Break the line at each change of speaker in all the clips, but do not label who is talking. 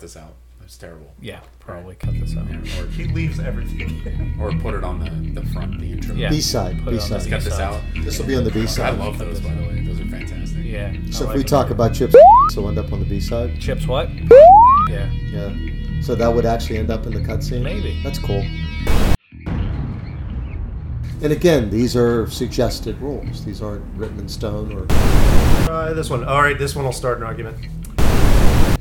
this out. That's terrible.
Yeah, probably cut this out.
Or,
He leaves everything.
or put it on the, the front, the intro.
Yeah.
B side,
Put it
B
on
Let's
the
side.
cut this
B-sides.
out.
This will be on the B
I
side.
love those, by the way. Those are fantastic.
Yeah. I
So if
like
we
it.
talk about chips, so end up on the B side.
chips, what? Yeah.
Yeah. So that would actually end up in the cutscene.
Maybe.
That's cool. And again, these are suggested rules. These aren't written in stone or.
Try this one. All right, this one will start an argument.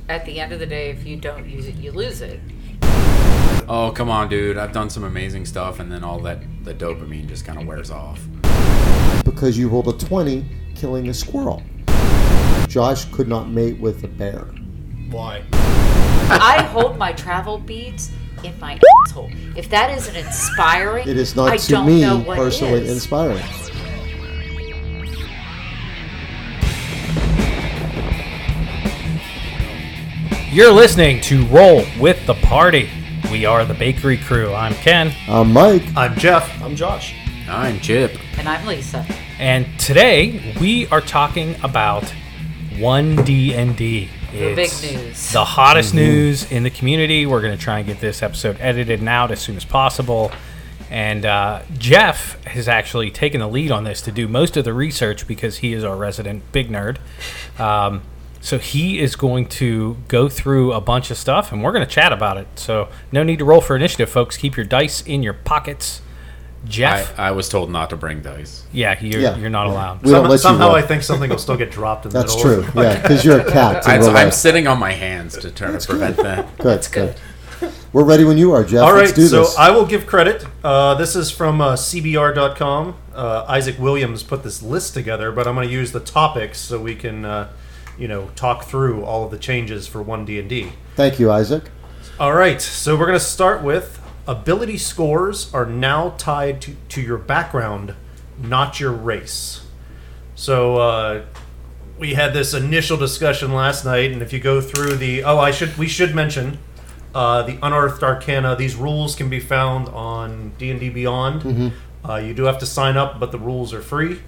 At the end of the day, if you don't use it, you lose it.
Oh, come on, dude. I've done some amazing stuff, and then all that the dopamine just kind of wears off.
Because you rolled a 20 killing a squirrel. Josh could not mate with a bear.
Why?
I hold my travel beads in my asshole. If that isn't inspiring,
It is not
I
to
don't
me
know what
personally
is.
inspiring.
You're listening to Roll with the Party. We are the Bakery Crew. I'm Ken,
I'm Uh, Mike.
I'm Jeff.
I'm Josh.
I'm Chip.
and I'm Lisa.
and today we are talking about 1D and D.
The big news.
The hottest
Mm-hmm.
news in the community. We're going to try and get this episode edited and out as soon as possible. And uh, Jeff has actually taken the lead on this to do most of the research because he is our resident big nerd. Um, so he is going to go through a bunch of stuff and we're going to chat about it. So no need to roll for initiative, folks. Keep your dice in your pockets.
I,
Jeff,
I was told not to bring dice.
yeah, you're,
Yeah.
you're not allowed.
We don't let you
somehow
roll.
I think something will still get dropped in the
That's
middle.
true. Yeah, because you're a cat. in
I,
real
am
life.
sitting on my hands to try to prevent that.
Good, good. We're ready when you are, Jeff.
All right,
Let's do
so
this.
I will give credit. Uh, this is from uh, CBR.com. Uh, Isaac Williams put this list together, but I'm going to use the topics so we can, uh, you know, talk through all of the changes for one D and D.
Thank you, Isaac.
All right, so we're going to start with ability scores are now tied to, to your background, not your race. So uh, we had this initial discussion last night, and if you go through the oh, I should we should mention uh, the unearthed arcana. These rules can be found on D and D Beyond.
Mm-hmm.
Uh, you do have to sign up, but the rules are free.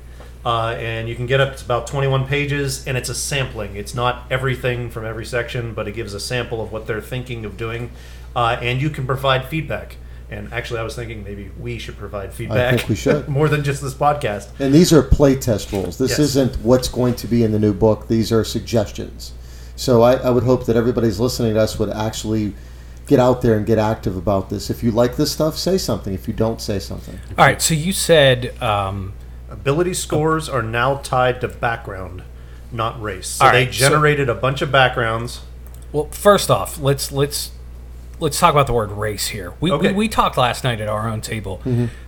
Uh, and you can get up to about 21 pages, and it's a sampling. It's not everything from every section, but it gives a sample of what they're thinking of doing. Uh, and you can provide feedback. And actually, I was thinking maybe we should provide feedback.
we should.
more than just this podcast.
And these are playtest rules. This
Yes.
isn't what's going to be in the new book. These are suggestions. So I, I would hope that everybody's listening to us would actually get out there and get active about this. If you like this stuff, say something. If you don't, say something.
All right, so you said um,
Ability scores are now tied to background, not race. So
All
they
right, so-
generated a bunch of backgrounds.
Well, first off, let's let's let's talk about the word race here. We
Okay.
we, we talked last night at our own table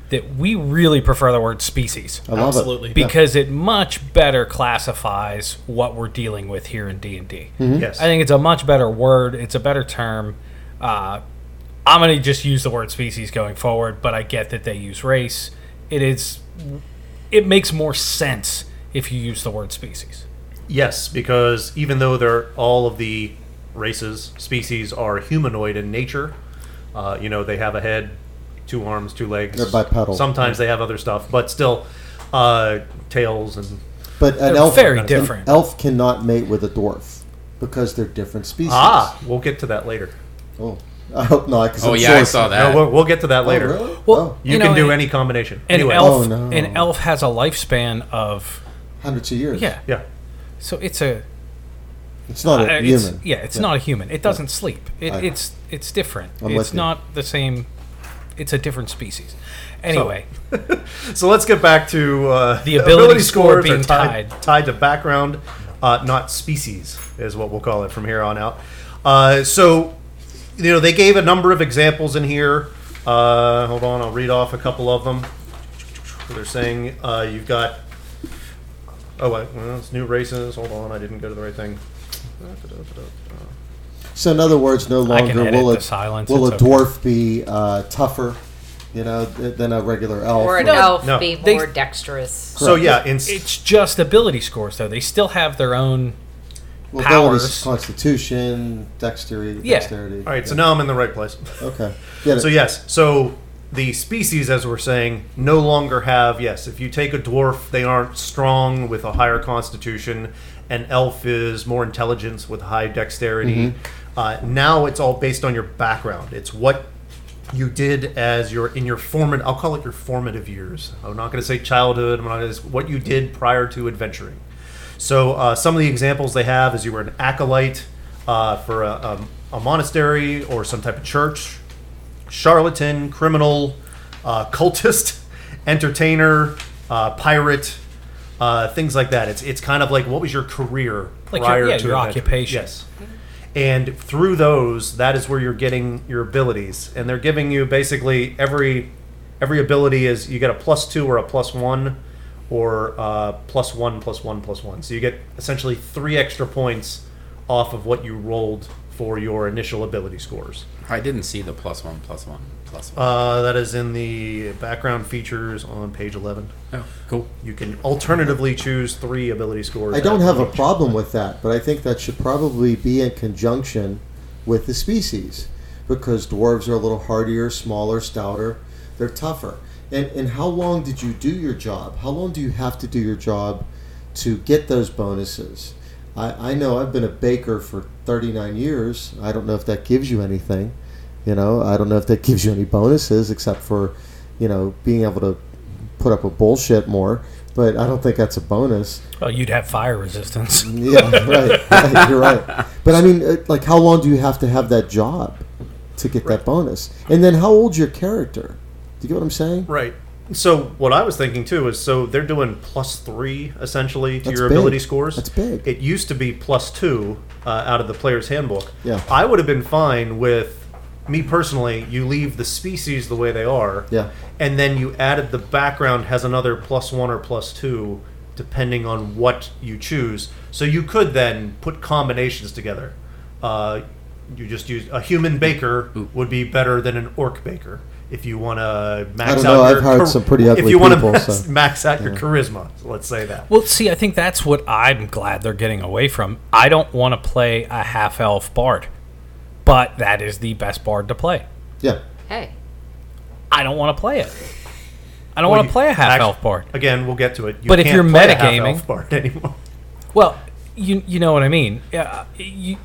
that we really prefer the word species
I love
Absolutely.
it.
because it much better classifies what we're dealing with here in D and D. I
Yes.
think it's a much better word. It's a better term. Uh, I'm going to just use the word species going forward, but I get that they use race. It is it makes more sense if you use the word species.
yes, because even though they're all of the races, species are humanoid in nature, uh, you know, they have a head, two arms, two legs.
They're bipedal.
Sometimes they have other stuff, but still, uh, tails and.
But an
They're
elf,
very
an
different.
elf cannot mate with a dwarf because they're different species.
Ah, we'll get to that later.
Oh, I hope not. 'cause
Oh,
I'm
yeah,
sure
I saw that.
Uh,
No, we'll, we'll get to that
Oh,
later.
really?
Well,
Oh,
You,
You
can
know,
do
and-
any combination.
An
anyway,
elf
Oh, no.
an elf has a lifespan of
hundreds of years.
yeah.
yeah.
So it's a
It's not a
Uh, it's-
human.
yeah, it's not a human. It doesn't sleep. It,
I know.
it's it's different.
I'm with
it's
you.
not the same. It's a different species. Anyway,
So let's get back to uh,
The ability score
scores are
being
tied tied to background, uh, not species, is what we'll call it from here on out. Uh, so, you know, they gave a number of examples in here. Uh, hold on, I'll read off a couple of them. They're saying uh, you've got. Oh wait, well, it's new races. Hold on, I didn't go to the right thing.
So in other words, no
I can
longer
edit
will a
the silence,
will a
it's okay.
dwarf be uh, tougher, you know, th- than a regular elf.
Or an
Or-
elf
no.
be
They-
more dexterous.
So yeah, in
it's just ability scores though. They still have their own.
well, abilities,
powers.
constitution, dexterity,
Yeah.
dexterity.
all right, so now I'm in the right place.
okay, get it.
So yes, so the species, as we're saying, no longer have yes. If you take a dwarf, they aren't strong with a higher constitution. An elf is more intelligence with high dexterity.
Mm-hmm.
Uh, now it's all based on your background. It's what you did as your in your formative. I'll call it your formative years. I'm not going to say childhood. I'm not going to what you did prior to adventuring. So uh, some of the examples they have is you were an acolyte uh, for a, a, a monastery or some type of church, charlatan, criminal, uh, cultist, entertainer, uh, pirate, uh, things like that. It's it's kind of like what was your career
Like your-
prior
yeah,
to
your
adventure.
occupation.
Yes. And through those, that is where you're getting your abilities, and they're giving you basically every every ability is you get a plus two or a plus one, or uh, plus one plus one plus one. So you get essentially three extra points off of what you rolled for your initial ability scores.
I didn't see the plus one, plus one, plus one.
Uh, that is in the background features on page 11.
oh, cool.
You can alternatively choose three ability scores.
I don't
at
have a
each.
problem with that, but I think that should probably be in conjunction with the species because dwarves are a little hardier, smaller, stouter, they're tougher. And, and how long did you do your job? How long do you have to do your job to get those bonuses? I, I know I've been a baker for 39 years. I don't know if that gives you anything. You know, I don't know if that gives you any bonuses except for, you know, being able to put up a bullshit more. But I don't think that's a bonus.
Well, you'd have fire resistance.
Yeah, right, right. You're right. But I mean, it- like, how long do you have to have that job to get that bonus? And then how old's your character? Do you get what I'm saying?
Right. So what I was thinking too is so they're doing plus three essentially to
That's
your
big.
ability scores.
That's big.
It used to be plus two uh, out of the player's handbook.
Yeah.
I would have been fine with me personally. You leave the species the way they are.
Yeah.
And then you added the background has another plus one or plus two depending on what you choose. So you could then put combinations together. Uh, you just use a human baker would be better than an orc baker if you want to max
I don't know,
out
I've
your
hired
char-
some pretty
if
ugly
you wanna
people,
max,
so-
max out your charisma let's say that
Well, see, I think that's what I'm glad they're getting away from. I don't want to play a half elf bard, but that is the best bard to play.
Yeah.
Hey,
I don't want to play it. I don't
Well,
want
you-
to play a half elf
actu-
bard.
again we'll get to it you
But if
can't
you're
play a
metagaming-
half-elf bard anymore
Well, you you know what I mean. Yeah, you,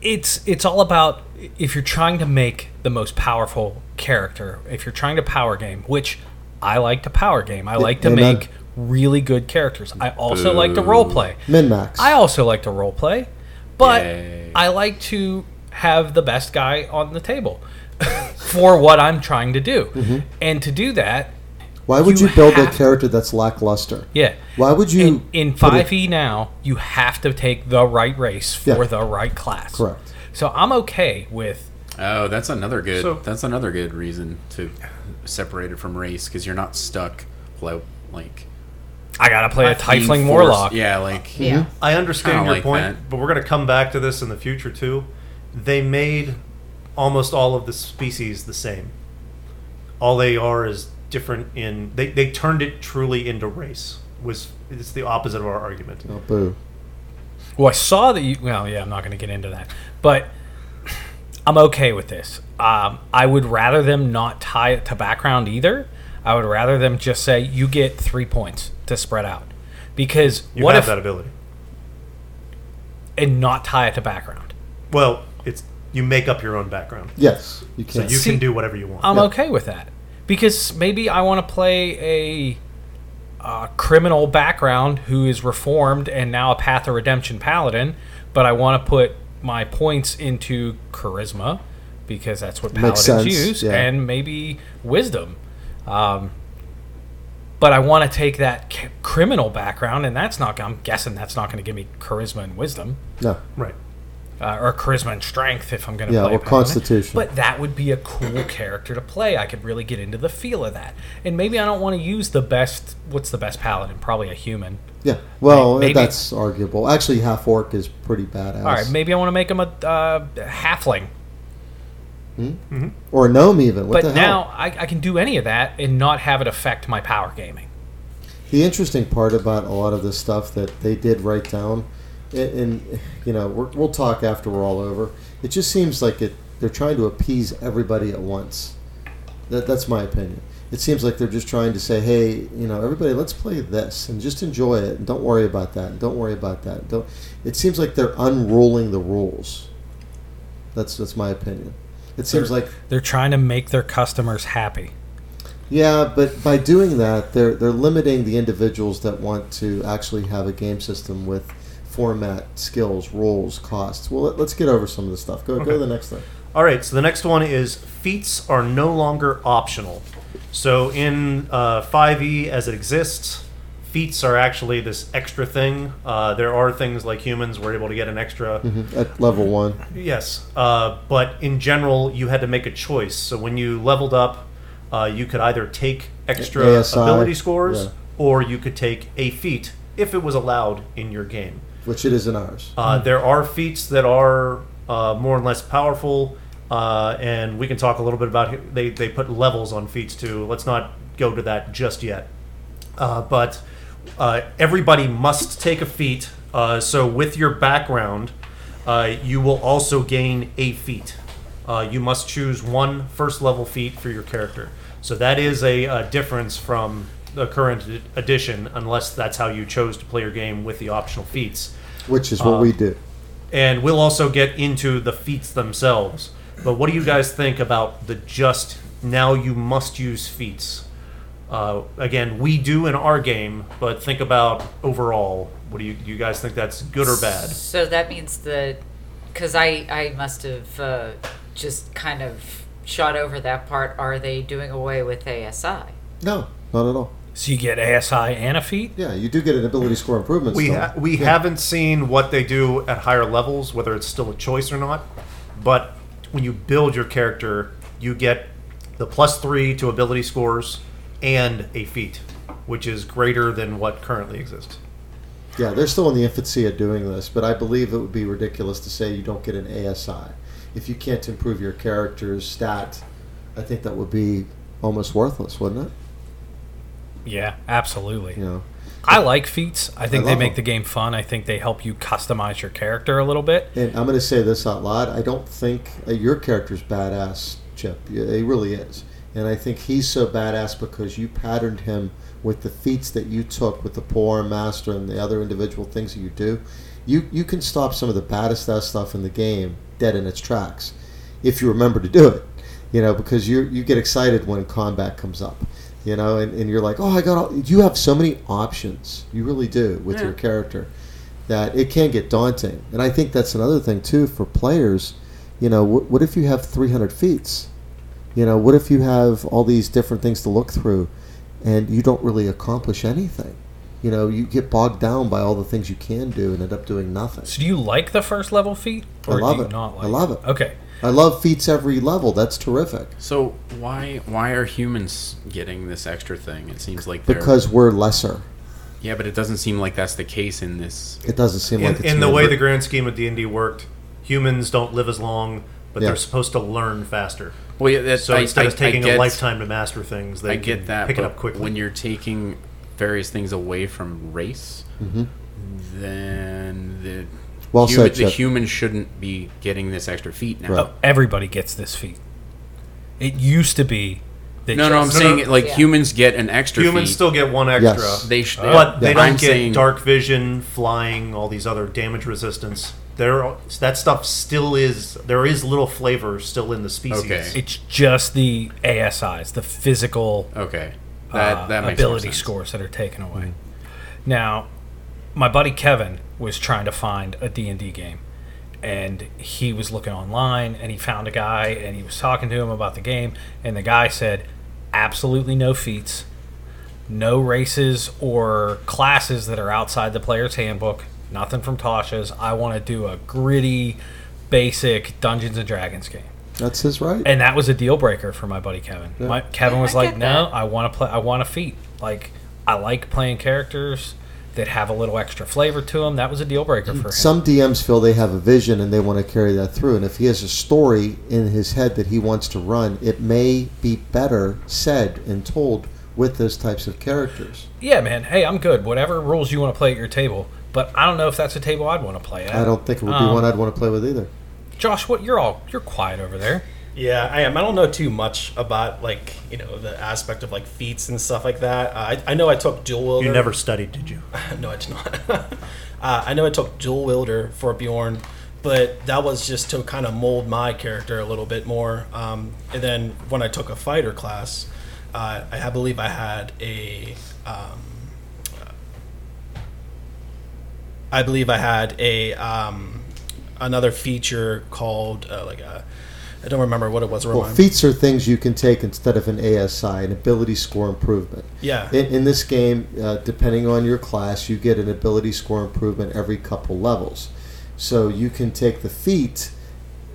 it's it's all about if you're trying to make the most powerful character, if you're trying to power game, which I like to power game. I like to
amen.
make really good characters. I also like to role play.
Min max.
I also like to role play, but
Yay.
I like to have the best guy on the table for what I'm trying to do. And to do that,
Why would you,
you
build a
have-
character that's lackluster?
yeah.
Why would you?
In, in
put it-
5e now, you have to take the right race for
Yeah.
the right class.
Correct.
So I'm okay with
Oh, that's another good.
So-
that's another good reason to separate it from race because you're not stuck. Well, like
I got to play a
being
tiefling
forced-
warlock.
Yeah,
Mm-hmm.
like
yeah.
I
I don't
understand your
like
point,
that.
but we're going to come back to this in the future too. They made almost all of the species the same. All they are is different in they, they turned it truly into race. Was it's the opposite of our argument.
Oh, boo.
Well, I saw that you. Well, yeah, I'm not going to get into that, but I'm okay with this. Um, I would rather them not tie it to background either. I would rather them just say you get three points to spread out, because
You
what
have
if
that ability.
and not tie it to background.
Well, it's you make up your own background.
Yes, you
So
can.
you
See,
can do whatever you want.
I'm okay with that because maybe I want to play a. Uh, criminal background who is reformed and now a path of redemption paladin, but I want to put my points into charisma because that's what
Makes
paladins
sense,
use,
yeah.
and maybe wisdom. Um, but I want to take that c- criminal background, and that's not. I'm guessing that's not going to give me charisma and wisdom
no.
right.
uh, or charisma and strength if I'm going to
Yeah,
play
or
a paladin.
constitution.
But that would be a cool character to play. I could really get into the feel of that. And maybe I don't want to use the best. What's the best paladin? Probably a human.
Yeah. Well,
Maybe-
that's arguable. Actually, half orc is pretty badass.
All right, maybe I want to make him a uh, halfling.
or a gnome even. What
But
the hell?
now I, I can do any of that and not have it affect my power gaming.
the interesting part about a lot of this stuff that they did write down, and, and you know, we're, we'll talk after we're all over. It just seems like it. They're trying to appease everybody at once. That, that's my opinion. it seems like they're just trying to say, hey, you know, everybody, let's play this and just enjoy it and don't worry about that and don't worry about that. Don't. It seems like they're unrolling the rules. That's that's my opinion. It seems like
They're trying to make their customers happy.
yeah, but by doing that, they're they're limiting the individuals that want to actually have a game system with format, skills, rules, costs. Well, let, us get over some of this stuff. Go go to the next thing.
All right, so the next one is feats are no longer optional. So in uh, 5e as it exists, feats are actually this extra thing. Uh, there are things like humans were able to get an extra.
At level one,
Yes, uh, but in general, you had to make a choice. So when you leveled up, uh, you could either take extra
ASI,
ability scores
yeah.
or you could take a feat if it was allowed in your game.
which it is in ours.
Uh, There are feats that are uh, more and less powerful, uh, and we can talk a little bit about. it. They they put levels on feats too. Let's not go to that just yet. Uh, but uh, everybody must take a feat. Uh, so with your background, uh, you will also gain a feat. Uh, you must choose one first level feat for your character. So that is a, uh difference from the current ed- edition, unless that's how you chose to play your game with the optional feats
which is what
Uh,
we do.
and we'll also get into the feats themselves. But what do you guys think about the just now you must use feats? Uh, again, we do in our game, but think about overall. What do you, do you guys think that's good or bad?
So that means the, because I I must have uh, just kind of shot over that part. Are they doing away with ASI?
No, not at all.
So you get ASI and a feat.
Yeah, you do get an ability score improvement.
We
still.
ha- we haven't seen what they do at higher levels, whether it's still a choice or not. But when you build your character, you get the plus three to ability scores and a feat, which is greater than what currently exists.
Yeah, they're still in the infancy of doing this, but I believe it would be ridiculous to say you don't get an ASI. If you can't improve your character's stat, I think that would be almost worthless, wouldn't it?
Yeah, absolutely.
You know.
I like feats. I think
I
they
love
make
them.
the game fun. I think they help you customize your character a little bit.
And I'm going to say this out loud. I don't think uh, your character's badass, Chip. Yeah, He really is. And I think he's so badass because you patterned him with the feats that you took with the poor master and the other individual things that you do. You you can stop some of the baddest ass stuff in the game dead in its tracks if you remember to do it. You know, because you you get excited when combat comes up. You know, and, and you're like, oh, I got all. You have so many options. You really do with your character that it can get daunting. And I think that's another thing too for players. You know, wh- what if you have 300 feats? You know, what if you have all these different things to look through, and you don't really accomplish anything? You know, you get bogged down by all the things you can do and end up doing nothing.
So do you like the first level feat,
I love
do you
it.
not
I
like?
love it.
Okay.
I love feats every level. That's terrific
So why why are humans getting this extra thing? It seems like they're
because we're lesser.
yeah, but it doesn't seem like that's the case in this.
It doesn't seem like
in,
it's
in the way
never-
the grand scheme of D&D worked, humans don't live as long, but
Yeah.
they're supposed to learn faster.
Well, yeah, that's
So
I,
instead
I-
of taking
I
a
get-
lifetime to master things, they
I get
can
that.
pick it
but
up quickly.
When you're taking various things away from race, then the
Mm-hmm. Well
human,
said,
the
Chip.
human shouldn't be getting this extra feat now.
Right.
Oh, Everybody gets this feat. It used to be that
No, no, I'm
just-
saying it like
Yeah.
humans get an extra.
humans
feat.
still get one extra,
They should,
but they don't
I'm
get
saying-
dark vision, flying, all these other damage resistance. There, are- that stuff still is. There is little flavor still in the species.
Okay.
it's just the ASIs, the physical
Okay,
uh,
that that makes more
ability
sense. Mm-hmm.
scores that are taken away. Now, my buddy Kevin was trying to find a D&D game and he was looking online and he found a guy and he was talking to him about the game and the guy said absolutely no feats, no races or classes that are outside the player's handbook, nothing from Tasha's. I want to do a gritty basic Dungeons and Dragons game
That's his right.
and that was a deal breaker for my buddy Kevin. My, Kevin
Yeah,
was
I
like,
get
"No,
that.
I want to play. I want a feat. Like, I like playing characters that have a little extra flavor to them." That was a deal breaker for him.
Mm, Some DMs feel they have a vision and they want to carry that through. And if he has a story in his head that he wants to run, it may be better said and told with those types of characters.
yeah, man. Hey, I'm good. Whatever rules you want to play at your table, but I don't know if that's a table I'd want to play at.
I don't think it would be
Um,
one I'd want to play with either.
Josh, what you're all you're quiet over there.
Yeah, I am. I don't know too much about like you know the aspect of like feats and stuff like that. Uh, I, I know I took dual wielder.
You never studied, did you?
no, I did not. uh, I know I took dual wielder for Bjorn, but that was just to kind of mold my character a little bit more. Um, and then when I took a fighter class, uh, I, ha- believe I had a. Um, I believe I had a um, another feature called uh, like a. I don't remember what it was.
Well,
remind-
feats are things you can take instead of an ASI, an ability score improvement.
Yeah.
In, in this game, uh, depending on your class, you get an ability score improvement every couple levels. So you can take the feat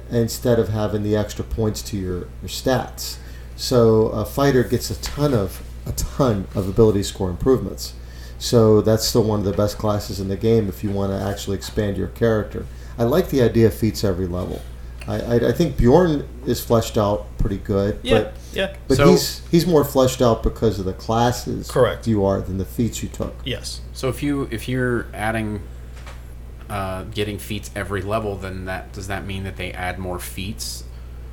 instead of having the extra points to your, your stats. So a fighter gets a ton of a ton of ability score improvements. So that's still one of the best classes in the game if you want to actually expand your character. I like the idea of feats every level. I, I, I think Bjorn is fleshed out pretty good,
yeah,
but
yeah.
but
So-
he's he's more fleshed out because of the classes
Correct.
you are than the feats you took.
Yes.
So if you if you're adding, uh, getting feats every level, then that does that mean that they add more feats?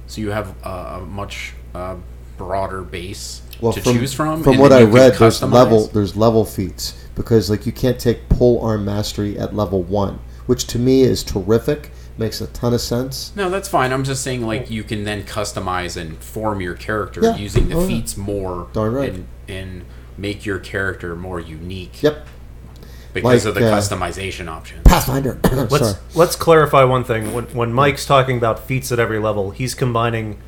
So you have a, a much uh, broader base to choose from.
From
and
what
then
I
you can
read, there's
customize?
level there's level feats because like you can't take pole arm mastery at level one, which to me is terrific. Makes a ton of sense.
No, that's fine. I'm just saying, like you can then customize and form your character
Yeah.
using the
Oh, yeah.
feats more,
Darn right.
and, and make your character more unique.
Yep,
because
Like,
of the
uh,
customization option.
Pathfinder.
Let's
Sorry.
let's clarify one thing. When, when Mike's talking about feats at every level, he's combining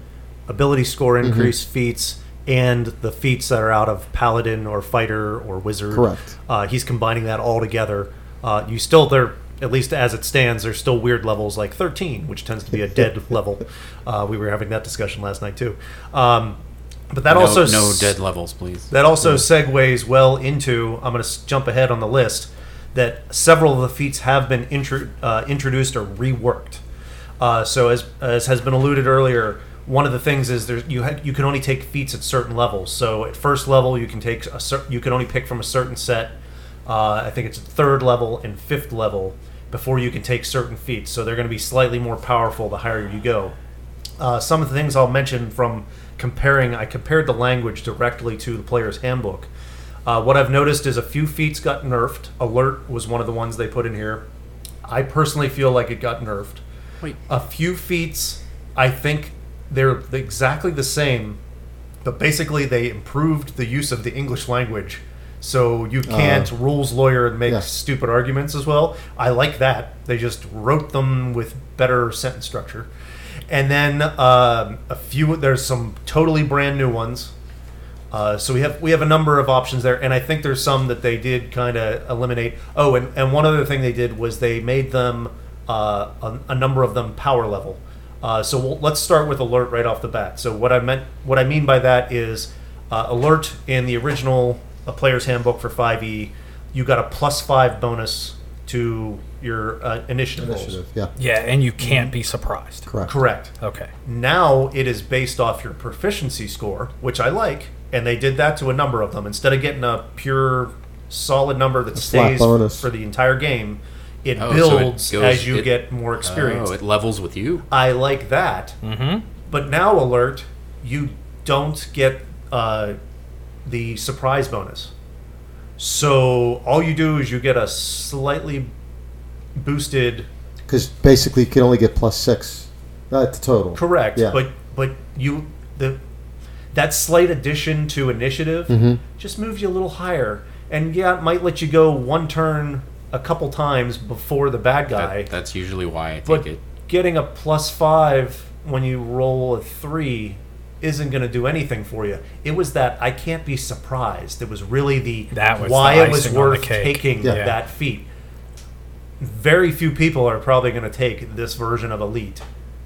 ability score
Mm-hmm.
increase feats and the feats that are out of paladin or fighter or wizard.
Correct.
Uh, he's combining that all together. Uh, you still there. At least as it stands, there's still weird levels like 13, which tends to be a dead level. Uh, we were having that discussion last night too. Um, but that
no,
also
no
s-
dead levels, please.
that also segues well into, I'm going to jump ahead on the list, that several of the feats have been intro, uh, introduced or reworked. Uh, so, as, as has been alluded earlier, one of the things is there, you, ha- you can only take feats at certain levels. So, at first level, you can take a cer- you can only pick from a certain set. Uh, I think it's third level and fifth level before you can take certain feats. So, they're going to be slightly more powerful the higher you go uh, some of the things I'll mention from comparing, I compared the language directly to the player's handbook. Uh, what I've noticed is a few feats got nerfed. Alert was one of the ones they put in here. I personally feel like it got nerfed.
Wait.
A few feats, I think they're exactly the same, but basically they improved the use of the English language. So you can't rules lawyer and make
yeah.
stupid arguments as well. I like that. They just wrote them with better sentence structure. And then um, a few. There's some totally brand new ones. Uh, so we have we have a number of options there, and I think there's some that they did kind of eliminate. Oh, and, and one other thing they did was they made them uh, a, a number of them power level. Uh, so we'll, let's start with alert right off the bat. So what I meant what I mean by that is uh, alert in the original uh, player's handbook for 5e, you got a plus five bonus to your uh, initiative,
Initiative.
rolls.
Yeah. mm-hmm.
Yeah, and you can't be surprised.
Correct.
Correct.
Okay.
Now it is based off your proficiency score, which I like, and they did that to a number of them. Instead of getting a pure solid number that
flat
stays
bonus.
for the entire game, it
Oh, so it
builds
goes-
as you
it-
get more experience.
Oh, it levels with you.
I like that.
Mm-hmm.
But now, alert, you don't get uh, the surprise bonus. So all you do is you get a slightly boosted
Because basically, you can only get plus six uh, to total.
Correct.
Yeah.
But but you the that slight addition to initiative just moves you a little higher, and yeah, it might let you go one turn a couple times before the bad guy.
That, that's usually why I take
but
it.
getting a plus five when you roll a three isn't going to do anything for you. It was that I can't be surprised. It was really the
That was
why
the
it was
icing on the
worth
cake.
taking
Yeah.
that feat. Very few people are probably going to take this version of elite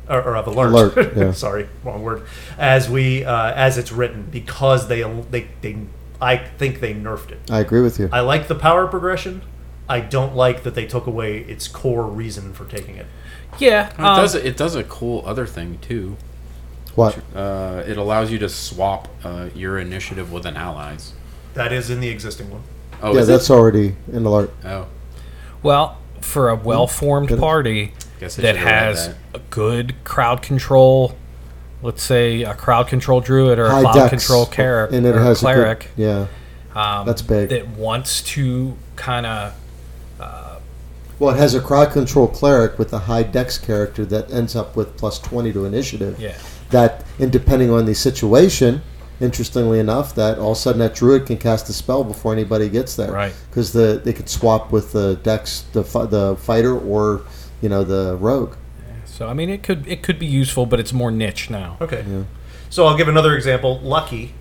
or, or of alert.
Alert, yeah.
Sorry, wrong word. As we uh, as it's written because they they they I think they nerfed it.
I agree with you.
I like the power progression. I don't like that they took away its core reason for taking it.
Yeah.
It
um,
does. It does a cool other thing too.
what?
Uh, it allows you to swap uh, your initiative with an ally's.
That is in the existing one.
Oh,
yeah,
is it?
that's already an alert.
Oh,
Well, for a well formed
Mm-hmm. Good.
party
Guess I
that
should've read
has
that.
a good crowd control, let's say a crowd control druid or a
High
cloud
dex,
control cleric,
and it
or
has a good-
cleric
yeah,
um,
that's big.
that wants to kind of
well, it has a crowd control cleric with a high dex character that ends up with plus twenty to initiative.
yeah
That, and depending on the situation, interestingly enough, that all of a sudden that druid can cast a spell before anybody gets there.
Right.
Because the they could swap with the dex, the fi- the fighter, or you know the rogue.
so i mean it could it could be useful but it's more niche now
Okay. So I'll give another example. Lucky.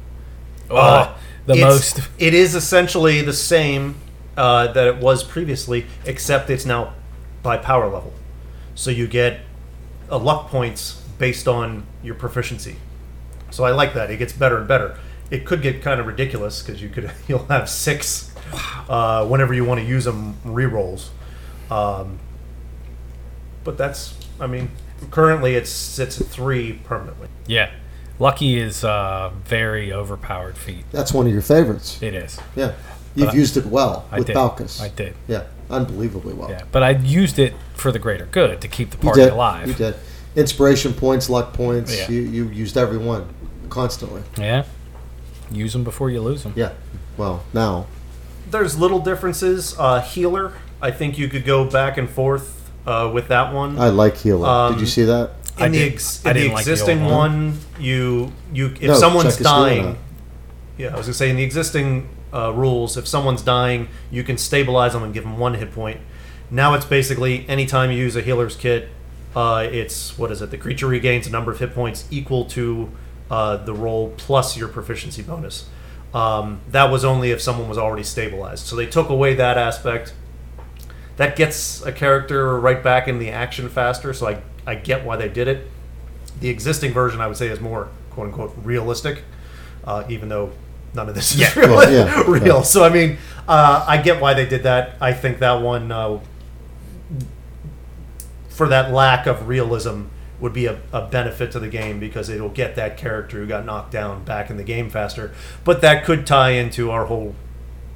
Uh, the
it's-
most
It is essentially the same uh, that it was previously, except it's now by power level. So you get uh, luck points based on your proficiency. So I like that. It gets better and better. It could get kind of ridiculous because you could you'll have six uh, whenever you want to use them rerolls. Um, but that's I mean currently it's sits at three permanently.
yeah lucky is a very overpowered feat
That's one of your favorites.
it is
Yeah, you've used it well
i
with
did
Balkus.
i did
Yeah, unbelievably well.
yeah but i used it for the greater good to keep the
You
party
did.
alive
You did. Inspiration points, luck points.
Yeah.
You, you used every one constantly.
yeah use them before you lose them
Yeah. Well, now
There's little differences. Uh, healer, I think you could go back and forth uh, with that one.
I like healer.
Um,
did you see that?
in
I
the,
didn't-
ex-
I
in the
didn't like the old
existing
one.
one, you you if
No,
someone's
check is healer
dying,
now.
yeah, I was gonna say in the existing uh, rules, if someone's dying, you can stabilize them and give them one hit point. Now it's basically anytime you use a healer's kit, uh, it's what is it? The creature regains a number of hit points equal to uh, the roll plus your proficiency bonus. Um, that was only if someone was already stabilized. So they took away that aspect that gets a character right back in the action faster. So I, I get why they did it. The existing version, I would say, is more quote unquote realistic, uh, even though none of this
Yeah.
is real.
Well, yeah,
real.
yeah.
So I mean, uh, I get why they did that. I think that one, uh, for that lack of realism, would be a, a benefit to the game because it'll get that character who got knocked down back in the game faster. But that could tie into our whole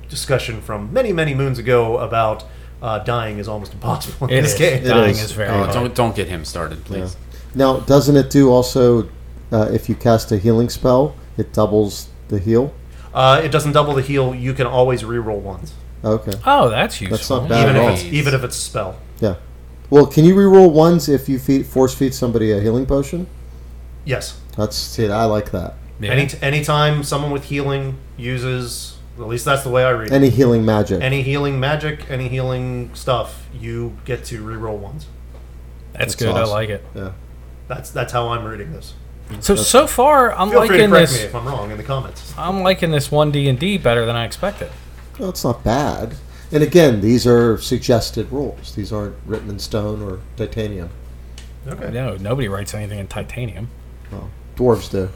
discussion from many, many moons ago about uh, dying is almost impossible in
It
this
is.
game.
dying
is.
is, very
Oh,
Oh,
hard.
don't don't get him started,
Yeah.
please.
Now, doesn't it do also uh, if you cast a healing spell, it doubles the heal?
Uh, it doesn't double the heal. You can always reroll ones,
Okay.
oh that's useful
That's not bad
even
at
if
all.
it's even if it's a spell.
Yeah. Well, can you reroll ones if you feed, force feed somebody a healing potion?
Yes.
That's see, I like that.
Yeah.
Any anytime someone with healing uses, at least that's the way I read it.
Any healing magic?
Any healing magic, any healing stuff, you get to reroll ones.
that's
That's
good i
awesome.
like it
yeah.
That's that's how I'm reading this.
so so far i'm
Feel free to
liking
correct
this
me if I'm wrong in the comments.
i'm liking this 1d&d better than i expected
Well, it's not bad. And again, these are suggested rules. These aren't written in stone or titanium.
Okay.
No, nobody writes anything in titanium.
Well, dwarves do.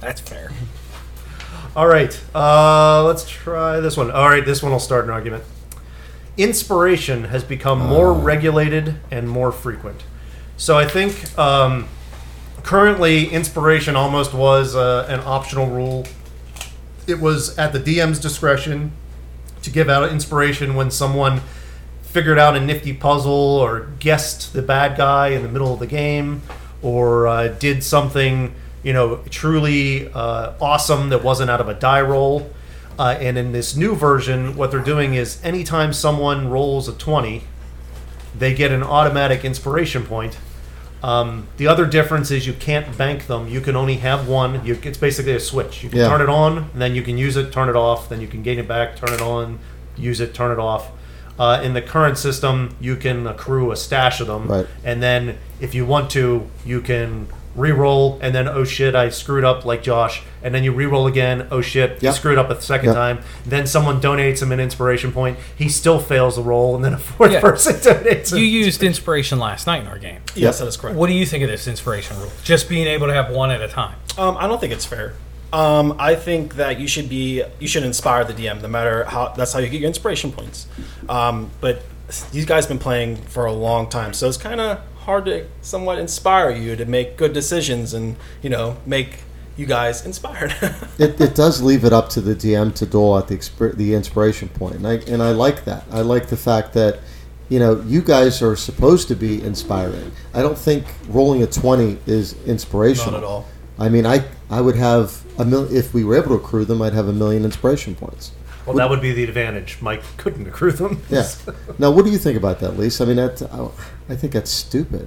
That's fair.
All right, uh, let's try this one. All right, this one will start an argument. Inspiration has become more regulated and more frequent. So I think um, currently inspiration almost was uh, an optional rule. It was at the DM's discretion to give out inspiration when someone figured out a nifty puzzle or guessed the bad guy in the middle of the game or uh, did something you know truly uh, awesome that wasn't out of a die roll uh, and in this new version what they're doing is anytime someone rolls a 20 they get an automatic inspiration point um, the other difference is you can't bank them you can only have one you, it's basically a switch you can
Yeah.
turn it it on, and then you can use it, turn it off, then you can gain it back, turn it on, use it, turn it off. Uh, in the current system, you can accrue a stash of them,
Right.
and then if you want to, you can re-roll, and then oh shit, I screwed up like Josh, and then you re-roll again, oh shit, you
Yep.
screwed up a second
Yep.
time. Then someone donates him an inspiration point, he still fails the roll, and then a fourth
Yeah.
person donates.
You
him.
used inspiration last night in our game.
Yes, that is correct.
What do you think of this inspiration rule? Just being able to have one at a time.
Um, I don't think it's fair. Um, I think that you should be you should inspire the DM, no matter how. That's how you get your inspiration points. Um, but these guys been playing for a long time, so it's kind of hard to somewhat inspire you to make good decisions and you know make you guys inspired.
It, it does leave it up to the DM to dole out the exp- the inspiration point, and I and I like that. I like the fact that you know you guys are supposed to be inspiring. I don't think rolling a twenty is inspirational
Not at all.
I mean, I I would have a mil- if we were able to accrue them, I'd have a million inspiration points.
Well, that would be the advantage. Mike couldn't accrue them.
Yeah. now, what do you think about that, Lisa? I mean, that I, I think that's stupid.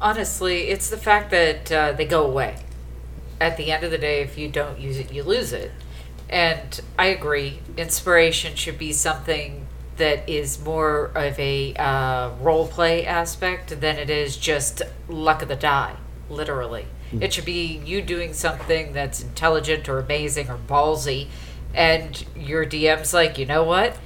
Honestly, it's the fact that uh, they go away. At the end of the day, if you don't use it, you lose it. And I agree, inspiration should be something that is more of a uh, role play aspect than it is just luck of the die, literally. It should be you doing something that's intelligent or amazing or ballsy, and your DM's like, you know what?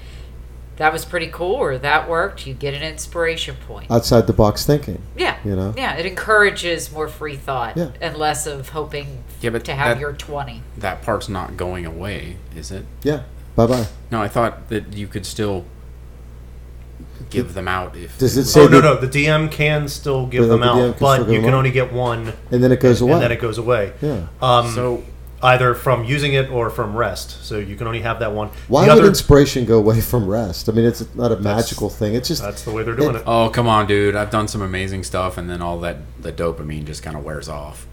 That was pretty cool, or that worked. You get an inspiration point.
Outside the box thinking.
Yeah.
You know?
Yeah, it encourages more free thought
Yeah.
and less of hoping
Yeah, but
to have
that-
your 20.
That part's not going away, is it?
Yeah. Bye bye.
No, I thought that you could still give them out if
Does it
was-
say-
Oh
So
no,
the-
no. The DM can still give
The-
them
the DM can
out,
still
but
give
you
them
can
out.
only get one,
And then it goes away.
and then it goes away.
yeah.
Um,
so
either from using it or from rest. So you can only have that one.
Why
the
would
other,
inspiration go away from rest? I mean, it's not a magical thing. It's just
That's the way they're doing it.
oh come on, dude! I've done some amazing stuff, and then all that the dopamine just kind of wears off.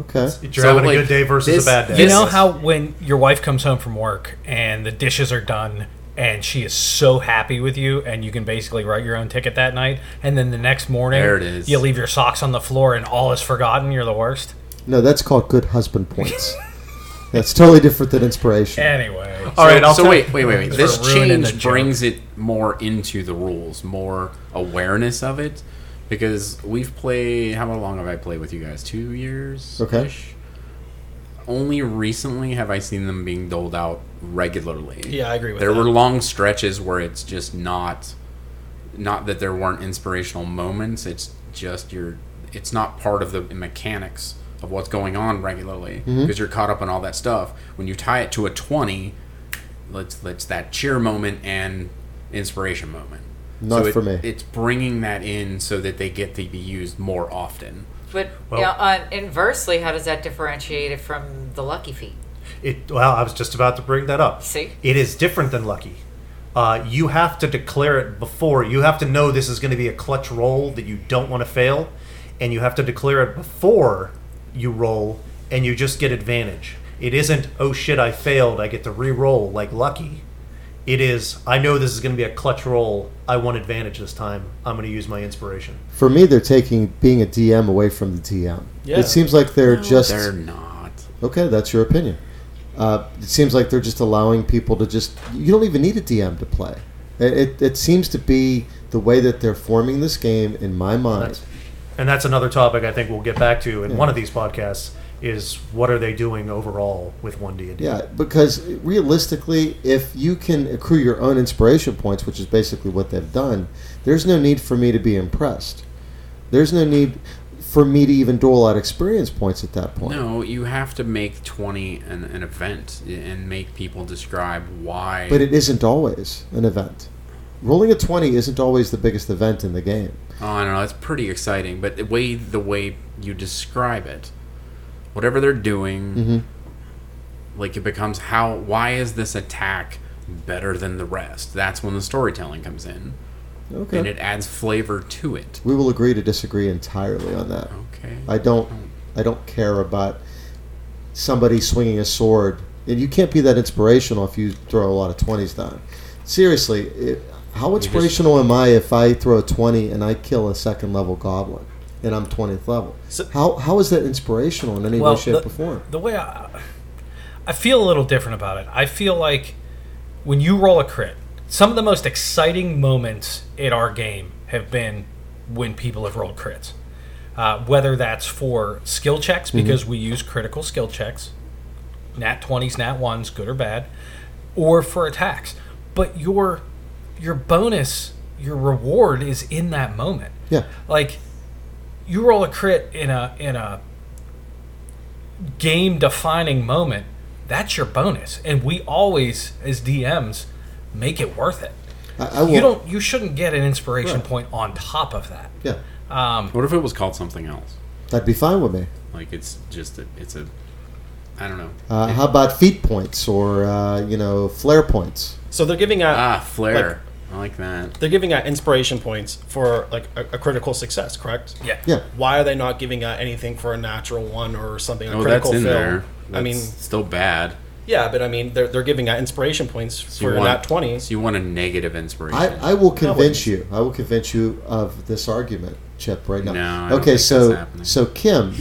okay.
You're
so,
having
like,
a good day versus
this-
a bad day.
You
Yes.
know how when your wife comes home from work and the dishes are done and she is so happy with you and you can basically write your own ticket that night and then the next morning
There it is.
you leave your socks on the floor and all is forgotten, you're the worst.
No, that's called good husband points. that's totally different than inspiration.
Anyway.
All right, I'll
so
tell-
wait, wait, wait, wait. This
ruining the
change
joke.
brings it more into the rules, more awareness of it, because we've played. How long have I played with you guys? Two years.
Okay.
Only recently have I seen them being doled out regularly.
Yeah, I agree with
there
that.
were long stretches where it's just not, not that there weren't inspirational moments. It's just your, it's not part of the mechanics of what's going on regularly because you're caught up in all that stuff. When you tie it to a twenty, let's let's that cheer moment and inspiration moment.
Not
So it-
for me.
It's bringing that in so that they get to be used more often.
But
Well-
yeah, uh, inversely, how does that differentiate it from the lucky feet?
It, well, I was just about to bring that up.
See?
It is different than lucky. Uh, you have to declare it before. You have to know this is going to be a clutch roll that you don't want to fail, and you have to declare it before you roll, and you just get advantage. It isn't, oh shit, I failed, I get to re roll like lucky. It is, I know this is going to be a clutch roll, I want advantage this time, I'm going to use my inspiration.
For me, they're taking being a DM away from the DM.
Yeah.
It seems like they're just
They're not.
okay. That's your opinion. Uh, it seems like they're just allowing people to just. You don't even need a DM to play. It, it, it seems to be the way that they're forming this game in my mind.
That's- and that's another topic I think we'll get back to in one of these podcasts is what are they doing overall with 1D&D?
Yeah, because realistically, if you can accrue your own inspiration points, which is basically what they've done, there's no need for me to be impressed. There's no need for me to even dole out experience points at that point.
No, you have to make 20 an, an event i- and make people describe why.
But it isn't always an event. Rolling a 20 isn't always the biggest event in the game.
oh, I don't know. It's pretty exciting, but the way the way you describe it, whatever they're doing,
Mm-hmm.
like it becomes how. Why is this attack better than the rest? That's when the storytelling comes in, and
Okay.
it adds flavor to it.
We will agree to disagree entirely on that.
Okay.
I don't I don't care about somebody swinging a sword. And you can't be that inspirational if you throw a lot of 20s down. Seriously, it, how inspirational am I if I throw a 20 and I kill a second level goblin and I'm 20th level?
So-
how how is that inspirational in any
Well,
way shape
the-
or form?
the way I, I feel a little different about it. I feel like when you roll a crit, some of the most exciting moments in our game have been when people have rolled crits. Uh, whether that's for skill checks, because we use critical skill checks, nat 20s, nat 1s, good or bad, or for attacks. But your your bonus, your reward is in that moment.
Yeah.
Like you roll a crit in a in a game defining moment, that's your bonus. And we always, as DMs, make it worth it.
I, I will,
You don't you shouldn't get an inspiration
Right.
point on top of that.
yeah.
Um,
What if it was called something else?
That'd be fine with me.
Like it's just a, it's a, I don't know.
Uh, how about feet points or uh, you know flare points?
So they're giving out
ah, flair. I like that.
They're giving out inspiration points for like a, a critical success, correct?
Yeah.
Yeah.
Why are they not giving out anything for a natural one or something? A
Oh, that's
critical
in
fail?
there.
I mean,
That's still bad.
yeah, but I mean, they're, they're giving out inspiration points
So
for
you
a
want
nat twenty.
So you want a negative inspiration.
I, I will
wouldn't.
convince you. I will convince you of this argument, Chip, right now.
No, I don't
okay,
think
so
that's happening.
so Kim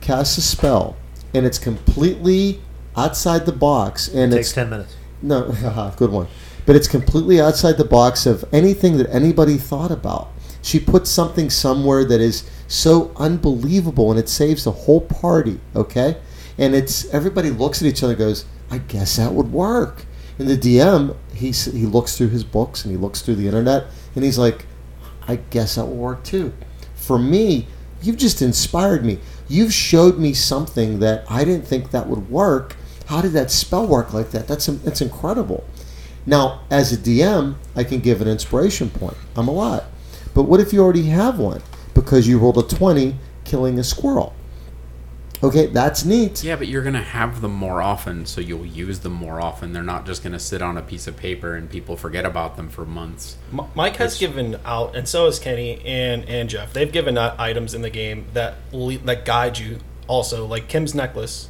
casts a spell, and it's completely outside the box, and
takes
it's
ten minutes.
no haha, good one, but it's completely outside the box of anything that anybody thought about. She puts something somewhere that is so unbelievable, and it saves the whole party. Okay, and it's everybody looks at each other, and goes, "I guess that would work." And the DM, he s- he looks through his books and he looks through the internet, and he's like, I guess that will work too. For me, you've just inspired me. You've showed me something that I didn't think that would work. How did that spell work like that? That's that's incredible. Now, as a DM, I can give an inspiration point. I'm a lot. But what if you already have one because you rolled a 20 killing a squirrel? Okay, that's neat.
yeah, but you're gonna have them more often, so you'll use them more often. They're not just gonna sit on a piece of paper and people forget about them for months.
M- Mike has given out, and so has Kenny and and Jeff. They've given out items in the game that le- that guide you. Also, like Kim's necklace,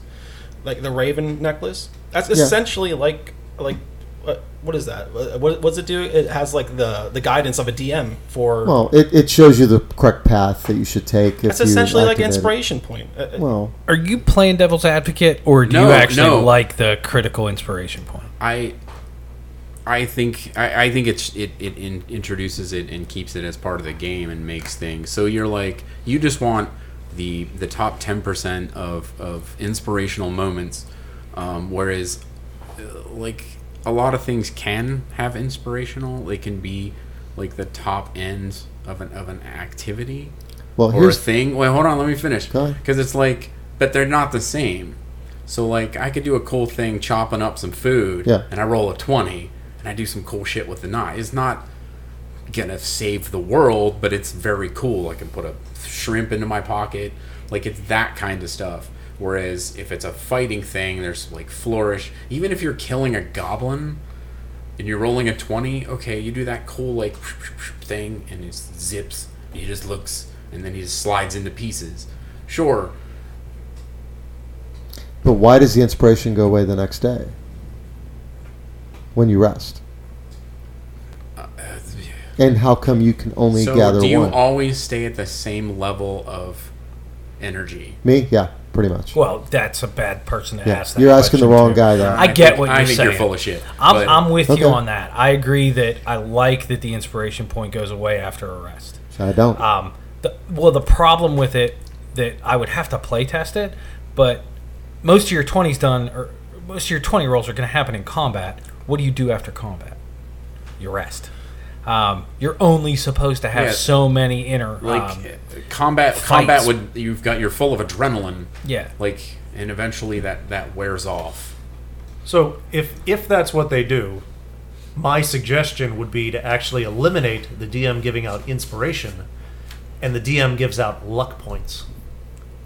like the Raven necklace. That's essentially like like what, what is that? What what does it do? It has like the the guidance of a DM for.
Well, it, it shows you the correct path that you should take. If
that's essentially
you
like an
activate it.
inspiration point. Uh, uh,
Well,
Are you playing devil's advocate, or do
No,
you actually
no.
like the critical inspiration point?
I I think I, I think it's it, it in, introduces it and keeps it as part of the game and makes things so you're like you just want the the top ten percent of of inspirational moments, um, whereas uh, like a lot of things can have inspirational they can be like the top end of an of an activity
well,
or a
here's
thing. Wait, hold on, let me finish.
Go ahead.
Because it's like, but they're not the same. So like, I could do a cool thing chopping up some food,
Yeah.
and I roll a twenty, and I do some cool shit with the knife. It's not gonna save the world, but it's very cool. I can put a shrimp into my pocket, like it's that kind of stuff. Whereas if it's a fighting thing, there's like flourish. Even if you're killing a goblin, and you're rolling a 20 okay you do that cool like thing and it zips and he just looks and then he just slides into pieces sure
But why does the inspiration go away the next day? When you rest.
Uh,
And how come you can only
so
gather
do you
one?
always stay at the same level of energy
Me? Yeah, pretty much.
Well, that's a bad person to
Yeah.
ask. That
You're asking the
question
wrong
to.
guy there.
I get
think-
what
I
you're
think you're
saying.
full of shit
I'm,
but-
I'm with you
Okay.
on that. I agree that I like that the inspiration point goes away after arrest.
I don't.
Um, the, well, the problem with it that I would have to play test it, but most of your 20s done, or most of your 20 rolls are going to happen in combat. What do you do after combat? You rest. Um, you're only supposed to have
Yeah.
so many inner.
like
um,
combat
fights.
combat would you've got you're full of adrenaline
yeah.
like and eventually that that wears off
So if if that's what they do, my suggestion would be to actually eliminate the DM giving out inspiration, and the DM gives out luck points,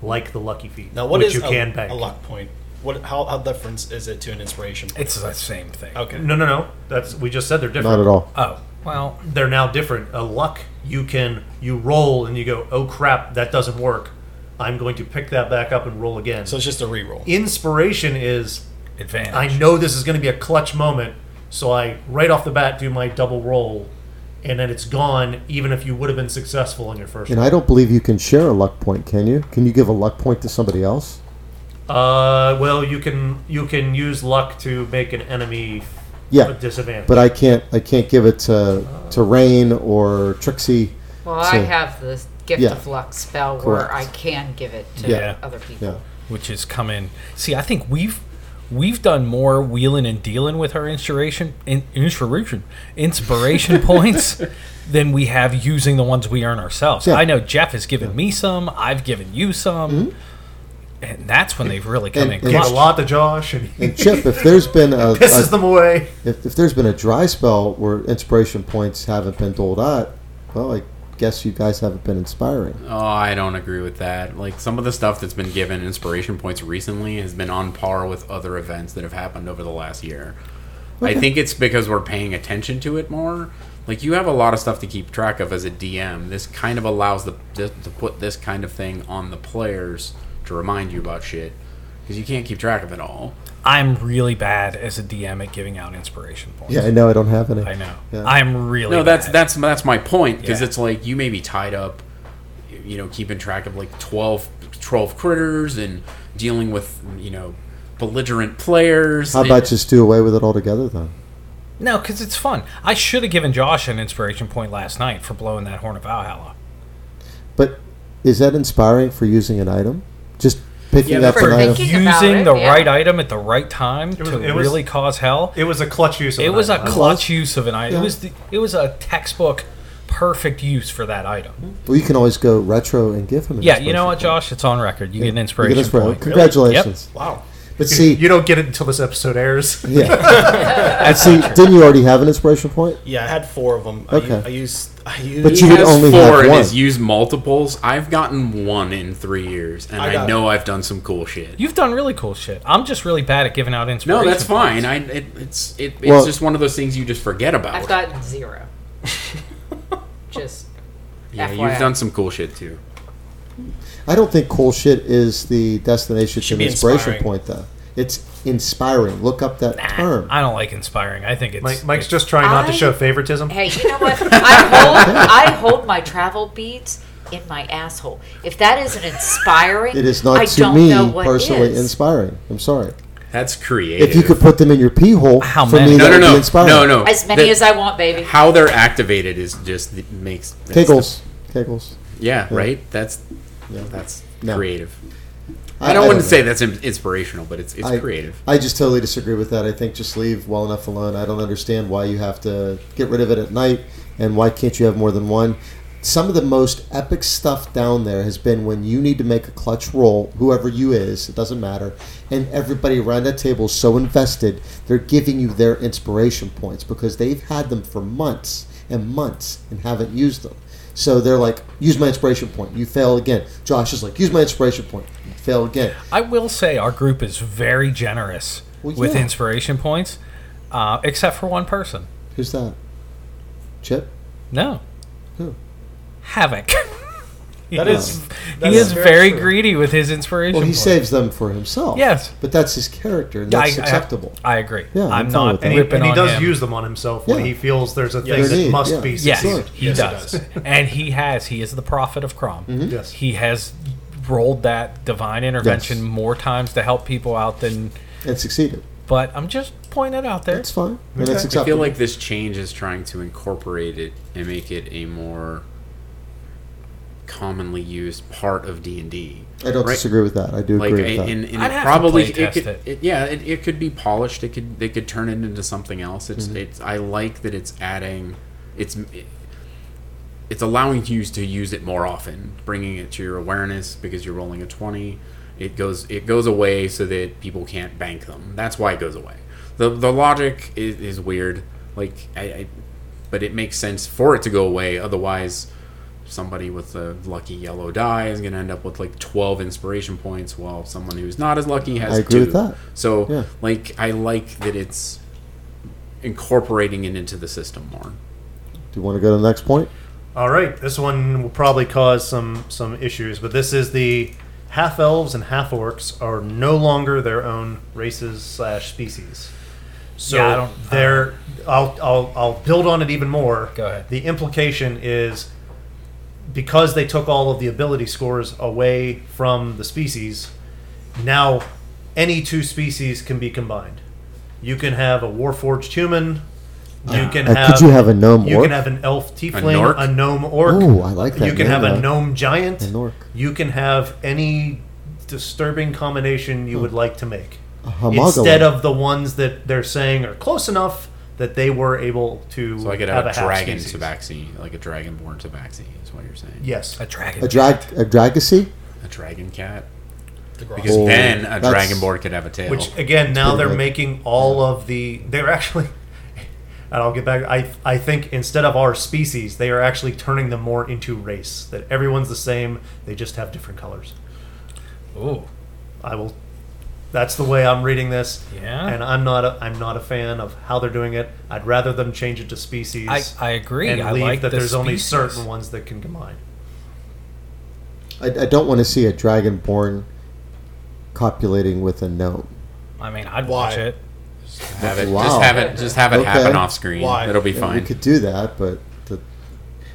like the lucky feet,
now, what
which
is
you
a,
can bank.
a luck point? What how how different is it to an inspiration? Point?
It's the same thing.
Okay.
No, no, no. That's we just said they're different.
Not at all.
Oh, well,
They're now different. A luck you can you roll and you go, oh crap, that doesn't work. I'm going to pick that back up and roll again.
So it's just a reroll.
inspiration is
advantage.
I know this is going to be a clutch moment, so I right off the bat do my double roll, and then it's gone. Even if you would have been successful on your first,
And I don't believe you can share a luck point, can you? Can you give a luck point to somebody else?
uh, well, you can you can use luck to make an enemy a
Oh,
Yeah.
disadvantage.
But I can't I can't give it to to Rain or Trixie.
Well, I
So-
have the gift
Yeah.
of luck spell
Correct.
where I can give it to
Yeah.
other people.
Oh.
Yeah.
which is coming. See, I think we've we've done more wheeling and dealing with our inspiration in, inspiration inspiration points than we have using the ones we earn ourselves.
Yeah. Mm-hmm.
I know Jeff has given me some. I've given you some. And that's when they've really come
And-
in
and-
gave
clutch.
a lot to Josh and he
And Chip, if there's been a,
pisses
a
them away.
if, if there's been a dry spell where inspiration points haven't been doled out, well, I guess you guys haven't been inspiring.
Oh, I don't agree with that. Like some of the stuff that's been given inspiration points recently has been on par with other events that have happened over the last year. I think it's because we're paying attention to it more like you have a lot of stuff to keep track of as a DM. This kind of allows the to, to put this kind of thing on the players to remind you about shit because you can't keep track of it all.
I'm really bad as a DM at giving out inspiration points.
Yeah, I know. I don't have any.
I know.
Yeah.
I'm really
No, that's
bad.
that's that's my point because
Yeah.
it's like you may be tied up, you know, keeping track of like 12, 12 critters and dealing with you know belligerent players.
How about just do away with it altogether then?
No, because it's fun. I should have given Josh an inspiration point last night for blowing that horn of Valhalla.
But is that inspiring for using an item? Just picking
Yeah,
up
for
an item.
thinking- about
Using
it,
the
yeah.
right item at the right time
was-
to
it was-
really cause hell.
It was a clutch use. Of
It
an
was a
item.
clutch use of an item.
Yeah.
It was the, it was a textbook perfect use for that item.
Well, you can always go retro and give him. An
Yeah, you know what,
inspiration point.
Josh? It's on record. You get an
You
inspiration
get us right.
point.
Congratulations.
Wow.
But see,
You don't get it until this episode airs.
yeah. and see, didn't you already have an inspiration point?
Yeah, I had four of them.
Okay.
I, u- I used. I used.
But
He
you would
has
only
four
have
and
one.
has used multiples. I've gotten one in three years, and
I
I,
got
know I've done some cool shit.
You've done really cool shit. I'm just really bad at giving out
No,
inspiration.
that's
points.
fine. I it, it's it, it's
Well-
just one of those things you just forget about.
I've gotten zero. Just
yeah,
FYI.
you've done some cool shit too.
I don't think cool shit is the destination to
Should
an
be
inspiration
inspiring.
point, though. It's inspiring. Look up that term.
I don't like inspiring. I think it's
Mike, Mike's just trying not to
I-
show favoritism.
hey, you know what? I hold I hold my travel beads in my asshole. If that isn't inspiring,
It is
I
not to
don't
me
know what
personally
is.
inspiring. I'm sorry.
That's creative.
If you could put them in your pee hole,
How
for
many?
me
no,
that
no,
would be
no,
inspiring.
no, no.
As many
The-
as I want, baby.
how they're activated is just it makes that's the-
Kegels, kegels.
yeah,
Yeah.
right. That's
Yeah.
that's
No.
creative. I, don't want to say that's in- inspirational, but it's it's
I-
creative.
I just totally disagree with that. I think just leave well enough alone. I don't understand why you have to get rid of it at night and why can't you have more than one. Some of the most epic stuff down there has been when you need to make a clutch roll, whoever you is, it doesn't matter, and everybody around that table is so invested, they're giving you their inspiration points because they've had them for months and months and haven't used them. So they're like, use my inspiration point. You fail again. Josh is like, use my inspiration point. You fail again.
I will say our group is very generous
Well,
with
yeah.
inspiration points, uh, except for one person.
Who's that? Chip?
No.
Who?
Havoc. he
That
is,
is-
Oh.
that
he
is
is
very
very
true.
greedy with his inspiration
Well, he
points.
saves them for himself.
Yes.
but that's his character, and
I-
that's
I-
acceptable.
I, agree.
Yeah, I'm
I'm
fine
not
with that.
And he,
ripping
and he
on
does
him.
use them on himself when
Yeah.
he feels there's a thing
Yes.
that
Indeed,
must
yeah.
be
Yes,
succeeded.
he
Yes, he
does.
does.
and he has. He is the prophet of Crom.
Mm-hmm.
Yes.
He has rolled that divine intervention
Yes.
more times to help people out than.
and succeeded.
But I'm just pointing it out there.
That's fine, and that's
I feel
acceptable.
like this change is trying to incorporate it and make it a more commonly used part of D and D.
I don't disagree with that. I do
Like,
agree with
a-
that.
and, and
I'd
it
have to
probably
play
it
test
could,
it.
it- yeah, it, it could be polished. It could they could turn it into something else. It's
Mm-hmm.
it's I like that it's adding, it's it's allowing you to use it more often, bringing it to your awareness because you're rolling a twenty. It goes it goes away so that people can't bank them. That's why it goes away. the The logic is, is weird. Like I, I, but it makes sense for it to go away. Otherwise, somebody with a lucky yellow die is going to end up with like 12 inspiration points while someone who's not as lucky has
I agree
two.
with that.
so
Yeah.
like i like that it's incorporating it into the system more
do you want to go to the next point?
All right, this one will probably cause some some issues, but this is the half elves and half orcs are no longer their own races slash species. So
Yeah, I don't-
they're I'll, I'll I'll build on it even more.
Go ahead.
The implication is because they took all of the ability scores away from the species, now any two species can be combined. You can have a warforged human. You can
Uh,
have
could you have a gnome
You
orc?
can have an elf tiefling,
norc?
a, gnome orc.
Ooh, I like that
You can
name,
have
though.
a gnome giant.
An orc.
You can have any disturbing combination you would like to make.
A homogolog.
Instead of the ones that they're saying are close enough that they were able to
so i could
have,
have, a
half
dragon
species.
tabaxi like a dragonborn tabaxi is what you're saying
Yes.
a dragon.
a drag a dragacy.
a dragon cat
The Grog.
because
Oh,
then a
that's-
dragonborn could have a tail
Which again, now
pretty
they're
good.
making all of the. They're actually, and I'll get back. I I think instead of our species, they are actually turning them more into race. That everyone's the same. They just have different colors.
Ooh.
I will That's the way I'm reading this.
Yeah.
And I'm not a, I'm not a fan of how they're doing it. I'd rather them change it to species.
I, I agree.
And
I
leave
like
that
the
there's only
species.
certain ones that can combine.
I, I don't want to see a dragonborn copulating with a gnome.
I mean, I'd
Why?
watch it.
Have it.
Wow.
Just have it. Just have it happen
Okay.
off screen.
Why?
It'll be
Yeah,
fine.
We could do that, but the,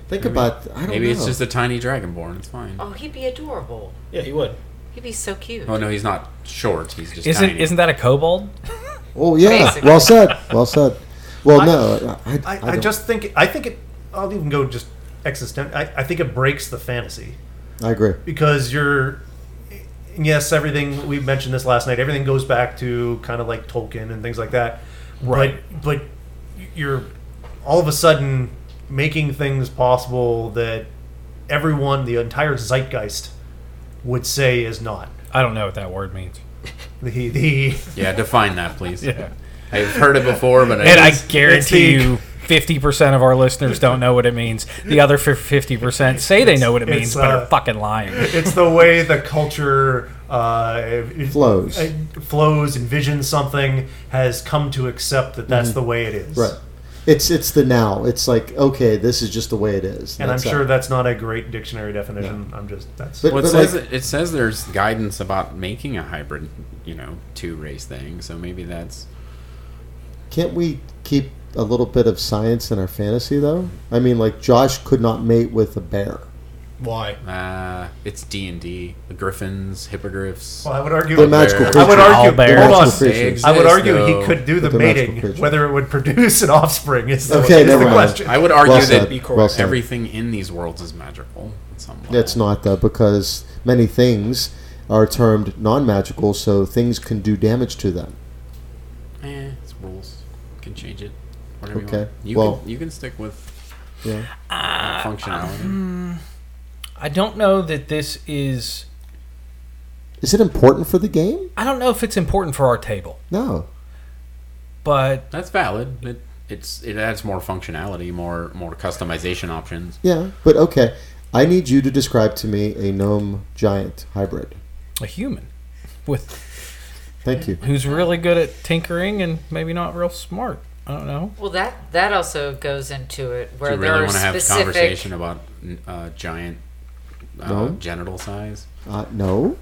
think about. I don't
Maybe
know.
it's just a tiny dragonborn. It's fine.
Oh, he'd be adorable.
Yeah, he would.
He'd be so cute.
Oh no, he's not short. He's just
Isn't
tiny.
isn't that a kobold?
oh yeah,
Basically.
well said. Well said. Well, no, I, I,
I, I,
don't-
just think I think it. I'll even go just existential. I, I think it breaks the fantasy
I agree.
because you're. and Yes, everything we mentioned this last night. Everything goes back to kind of like Tolkien and things like that.
Right.
But, but you're all of a sudden making things possible that everyone, the entire zeitgeist, would say is not
I don't know what that word means.
the the
Yeah, define that, please. I've heard it before, but
And I
just-
it's the-
guarantee you, fifty percent of our listeners don't know what it means. The other fifty percent say they know what it
it's,
means, but
uh,
are fucking lying.
it's the way the culture uh, it-
Flows.
it flows, envisions something, has come to accept that that's the way it is.
Mm-hmm. Right. It's it's the now. It's like okay, this is just the way it is.
And I'm
That's
sure
it.
that's not a great dictionary definition. I'm just that's
But-
Well, it
like-
says it says there's guidance about making a hybrid, you know, two race thing. So maybe that's
Can't we keep a little bit of science in our fantasy though? I mean, like Josh could not mate with a bear.
Why?
uh, it's D and D. The griffins, hippogriffs.
well, I would argue.
They're magical
I
creatures.
would
Hold
argue-
They're
on.
magical
They
creatures.
exist,
I would argue
though.
he could do the
But they're magical
mating.
creatures.
Whether it would produce an offspring is the,
Okay,
is the
never mind.
question.
I would argue
Well
that
said.
be
Well
correct.
said.
everything in these worlds is magical. At some level.
It's not though, because many things are termed non-magical, so things can do damage to them.
Eh, it's rules. You can change it. Whatever
Okay,
You, want. you
well-
can you can stick with
Yeah.
functionality.
I don't know that this is.
Is it important for the game?
I don't know if it's important for our table,
No.
but
That's valid. It it's it adds more functionality, more more customization options.
Yeah, but okay. I need you to describe to me a gnome giant hybrid.
a human with
Thank you.
who's really good at tinkering and maybe not real smart. I don't know.
Well, that that also goes into it
Do
where
you really
there are
want to have a
specific.
conversation about n- uh, giant uh,
No.
genital size?
Uh, no,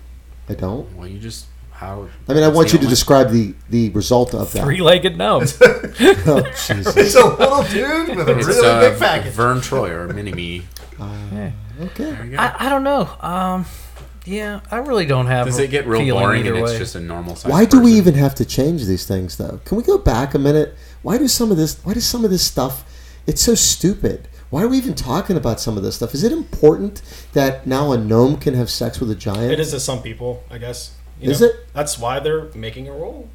I don't.
Well, you just how?
I mean, I
that's
want
the
you to
only-
describe the the result of that.
Three-legged gnome.
Oh, Jesus.
It's a little dude with a
It's,
really
uh,
big package.
Vern Troy or Mini Me.
Okay.
I, I don't know. Um, yeah, I really don't have.
Does
a
it get real
feeling
boring
either
and it's
way.
just a normal size?
Why do we
person?
even have to change these things, though? Can we go back a minute? Why do some of this? Why does some of this stuff? It's so stupid. Why are we even talking about some of this stuff? Is it important that now a gnome can have sex with a giant?
It is to some people, I guess. You
Is
know?
it?
That's why they're making a rule.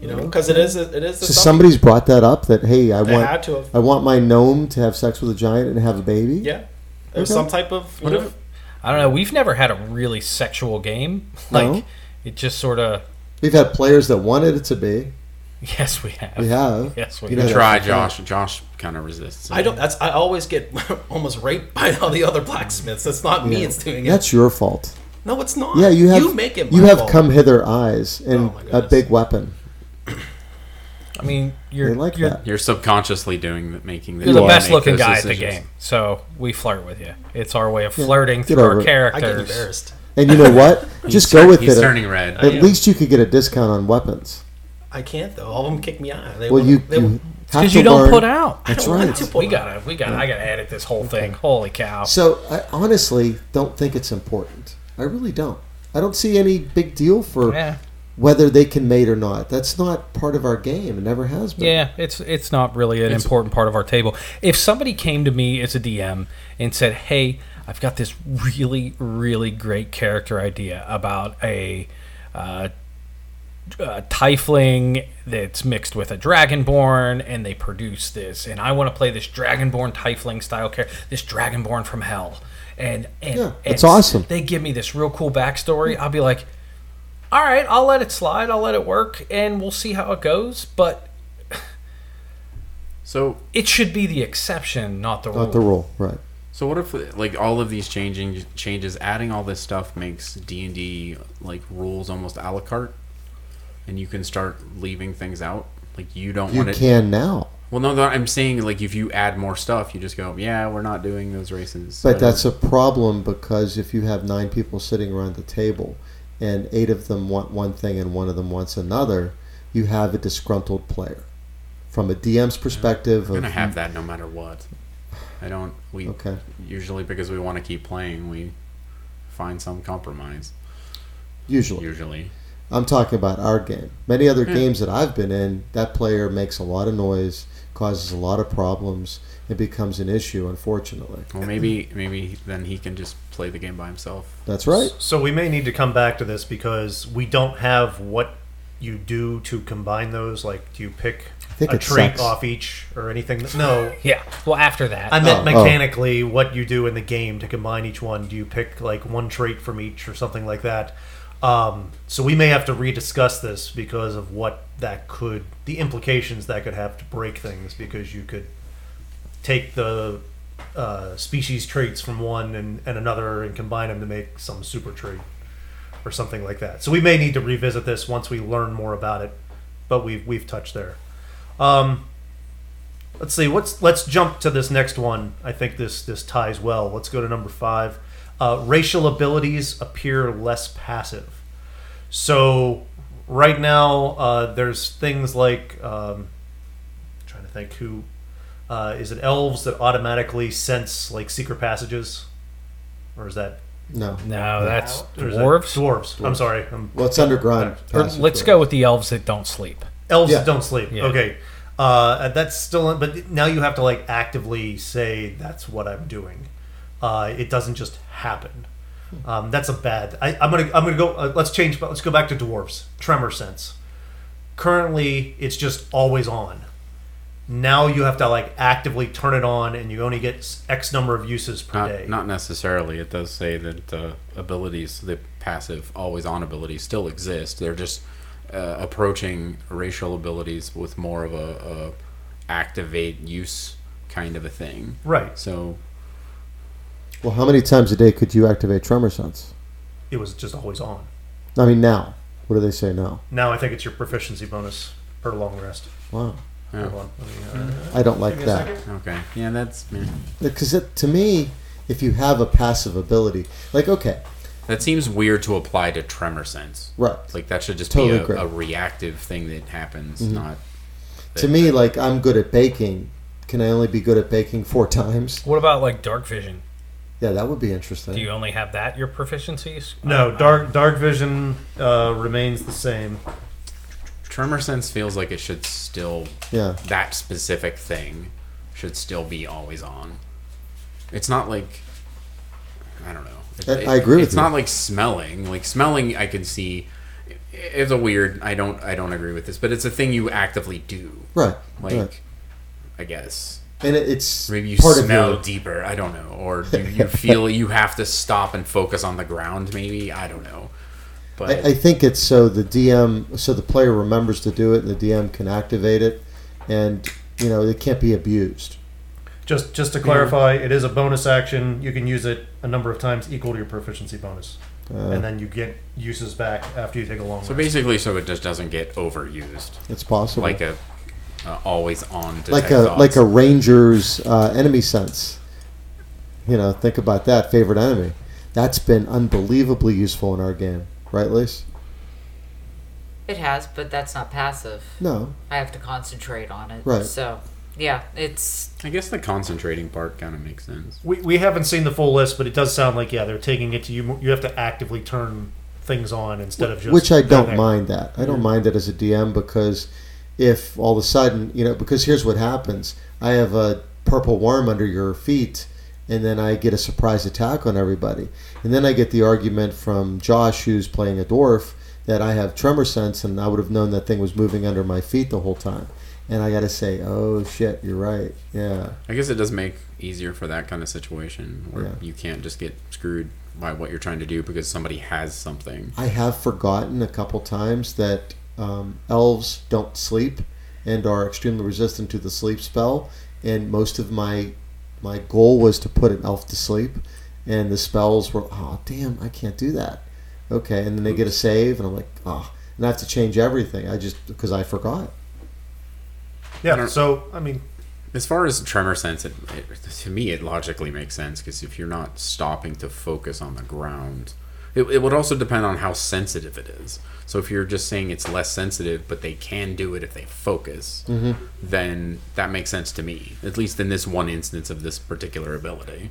You know, because it is. It is. to
So
some
somebody's brought that up that hey, I
They
want
had to have.
I want my gnome to have sex with a giant and have a baby.
Yeah. There's
Okay.
some type of. you
What
know,
if-
I don't know. We've never had a really sexual game. Like
No.
it just sort of.
We've had players that wanted it to be.
Yes, we have.
We have.
Yes, we
You know
have.
that.
try Josh? Josh kind of resists. it.
I don't. That's. I always get almost raped by all the other blacksmiths. That's not me.
Yeah.
It's doing it.
That's your fault.
No, it's not.
Yeah, you have
You make it.
you
my
have
fault.
come hither eyes and
Oh my
a
goodness.
big weapon.
I mean, you're
They like
you're,
that.
You're subconsciously doing that, making the,
you're the best looking guy at the
decisions.
game, so we flirt with you. It's our way of flirting through our
over it.
I get
characters.
embarrassed.
And you know what? Just go with
He's
it.
turning red.
At least you could get a discount on weapons.
I can't though. All of them kick me out. They
Well,
wanna-
you,
they
you
wanna-
have
Because
to
you don't
learn-
put out.
That's
don't want
right.
to
We gotta, we gotta. I gotta edit this whole thing. Holy cow!
So I honestly don't think it's important. I really don't. I don't see any big deal for
Yeah,
whether they can mate or not. That's not part of our game. It never has been.
yeah. It's it's not really an important part of our table. If somebody came to me as a DM and said, "Hey, I've got this really, really great character idea about a." Uh, uh, tiefling that's mixed with a dragonborn, and they produce this. And I want to play this dragonborn tiefling style character, this dragonborn from hell. And and
Yeah,
and
it's awesome.
They give me this real cool backstory. I'll be like, all right, I'll let it slide. I'll let it work, and we'll see how it goes. But
So,
it should be the exception, not the rule.
Not the rule, right?
so what if like all of these changing changes, adding all this stuff makes D and D like rules almost a la carte? and you can start leaving things out. Like you don't
You
want it.
can now,
Well, no, no, I'm saying like if you add more stuff, you just go, yeah, we're not doing those races.
but that's a problem because if you have nine people sitting around the table, and eight of them want one thing and one of them wants another, you have a disgruntled player. From a DM's perspective,
We're gonna
of,
have that no matter what. I don't. We
Hmm. Okay.
usually because we want to keep playing, we find some compromise.
usually.
Usually,
I'm talking about our game. Many other games that I've been in, that player makes a lot of noise, causes a lot of problems, and becomes an issue, unfortunately.
well, maybe maybe then he can just play the game by himself.
That's right.
So we may need to come back to this because we don't have what you do to combine those. Like, do you pick
think
a
it
trait
sucks.
off each or anything? No,
Yeah. Well, after that,
I meant
Oh, oh.
mechanically what you do in the game to combine each one. Do you pick like one trait from each or something like that? Um, so we may have to rediscuss this because of what that could, the implications that could have to break things. Because you could take the uh, species traits from one and, and another and combine them to make some super trait or something like that. So we may need to revisit this once we learn more about it. But we've we've touched there. Um, Let's see. What's let's jump to this next one. I think this this ties well. Let's go to number five. Uh, racial abilities appear less passive. So right now, uh, there's things like um, trying to think who uh, is it elves that automatically sense like secret passages, or is that
No.
no, that's
or is that-
dwarves.
Dwarves. I'm sorry. I'm,
Well, it's underground.
Or
passage,
let's
right?
go with the elves that don't sleep.
elves
Yeah.
that don't sleep.
Yeah.
Okay. Uh, that's still, but now you have to like actively say that's what I'm doing. Uh, it doesn't just happen. Um, that's a bad. I, I'm gonna I'm gonna go. Uh, let's change. But let's go back to dwarves. Tremor sense. Currently, it's just always on. Now you have to like actively turn it on, and you only get s- X number of uses per day.
Not, not necessarily. It does say that uh, abilities, the passive always on abilities, still exist. They're just uh, approaching racial abilities with more of a, a activate use kind of a thing.
right.
So
Well, how many times a day could you activate tremor sense?
It was just always on.
I mean, now. What do they say now?
Now I think it's your proficiency bonus per long rest.
Wow.
Yeah.
Hold on. Let me, uh,
I don't like that.
oh, Okay. Yeah, that's yeah.
Because it, to me, if you have a passive ability, like, okay,
that seems weird to apply to tremor sense.
right.
It's Like that should just
Totally Mm-hmm.
be
agree.
a, a reactive thing that happens, not
To me, like, I'm good at baking. Can I only be good at baking four times?
What about like dark vision?
Yeah, that would be interesting.
Do you only have that your proficiencies?
No, dark dark vision uh, remains the same.
tremor sense feels like it should still
yeah.
that specific thing should still be always on. It's not like I don't know.
I- I agree with
It's
you.
not like smelling. Like smelling, I can see. i- It's a weird. I don't. I don't agree with this, but it's a thing you actively do.
Right.
Like,
right.
I guess
And it, it's
maybe you
part
smell
of your,
deeper. I don't know, or you, you feel you have to stop and focus on the ground. Maybe I don't know. But
I, I think it's so the DM, so the player remembers to do it, and the DM can activate it, and you know it can't be abused.
Just just to
Mm-hmm.
clarify, it is a bonus action. You can use it a number of times equal to your proficiency bonus,
Uh.
and then you get uses back after you take a long
so
rest.
basically, so it just doesn't get overused,
It's possible,
like a uh, always on. detect
like a
thoughts.
like a ranger's uh, enemy sense. You know, think about that favorite enemy. That's been unbelievably useful in our game, right, Lise?
It has, but that's not passive.
No,
I have to concentrate on it.
Right.
So, yeah, it's
I guess the concentrating part kind of makes sense.
We, we haven't seen the full list, but it does sound like yeah, they're taking it to you. You have to actively turn things on instead of just
which I
they're
don't
there.
mind that. I don't mind that as a DM because if all of a sudden, you know, because here's what happens: I have a purple worm under your feet, and then I get a surprise attack on everybody, and then I get the argument from Josh, who's playing a dwarf, that I have tremor sense, and I would have known that thing was moving under my feet the whole time, and I got to say, oh shit, you're right, yeah,
I guess it does make easier for that kind of situation where
Yeah.
you can't just get screwed by what you're trying to do because somebody has something.
I have forgotten a couple times that um, elves don't sleep and are extremely resistant to the sleep spell. And most of my my goal was to put an elf to sleep, and the spells were oh damn I can't do that. Okay, and then they get a save, and I'm like oh, not to change everything. I just because I forgot.
Yeah. So I mean,
As far as tremor sense, it, it, to me, it logically makes sense because if you're not stopping to focus on the ground, it, it would also depend on how sensitive it is. So if you're just saying it's less sensitive, but they can do it if they focus, then that makes sense to me, at least in this one instance of this particular ability.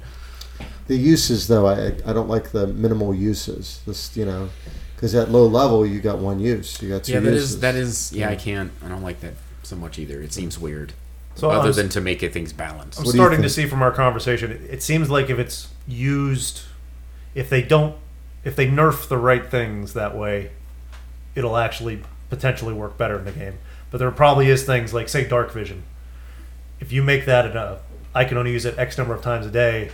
The uses though, I I don't like the minimal uses. This you know, because at low level you got one use. You got two
yeah, that
uses.
is that is yeah, I can't, I don't like that so much either. It seems weird.
so
other
I'm,
than to make it things balanced.
I'm
do you
starting to
think?
see from our conversation, it, it seems like if it's used, if they don't, if they nerf the right things that way, it'll actually potentially work better in the game. But there probably is things like say dark vision. If you make that enough, I can only use it X number of times a day.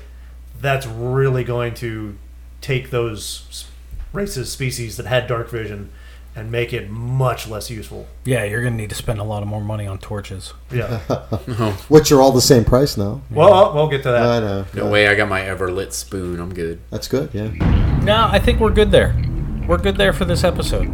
That's really going to take those s- races, species that had dark vision, and make it much less useful.
Yeah, you're gonna need to spend a lot of more money on torches.
Yeah.
Which are all the same price now.
well, I'll- we'll get to that.
I know.
No way, I got my Everlit spoon. I'm good.
That's good. Yeah.
No, I think we're good there. We're good there for this episode.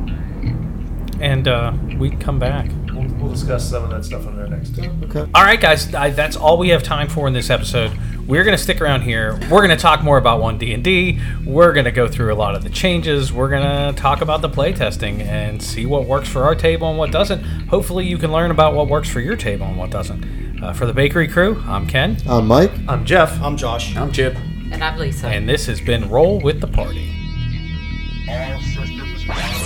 And uh, we come back.
We'll, we'll discuss some of that stuff on our next.
Okay.
All right, guys, I, that's all we have time for in this episode. We're gonna stick around here. We're gonna talk more about One D and D. We're gonna go through a lot of the changes. We're gonna talk about the playtesting and see what works for our table and what doesn't. Hopefully, you can learn about what works for your table and what doesn't. Uh, for the bakery crew, I'm Ken,
Uh, Mike.
I'm Jeff.
I'm Josh.
I'm Chip.
And I'm Lisa.
and this has been Roll with the Party.
All systems go.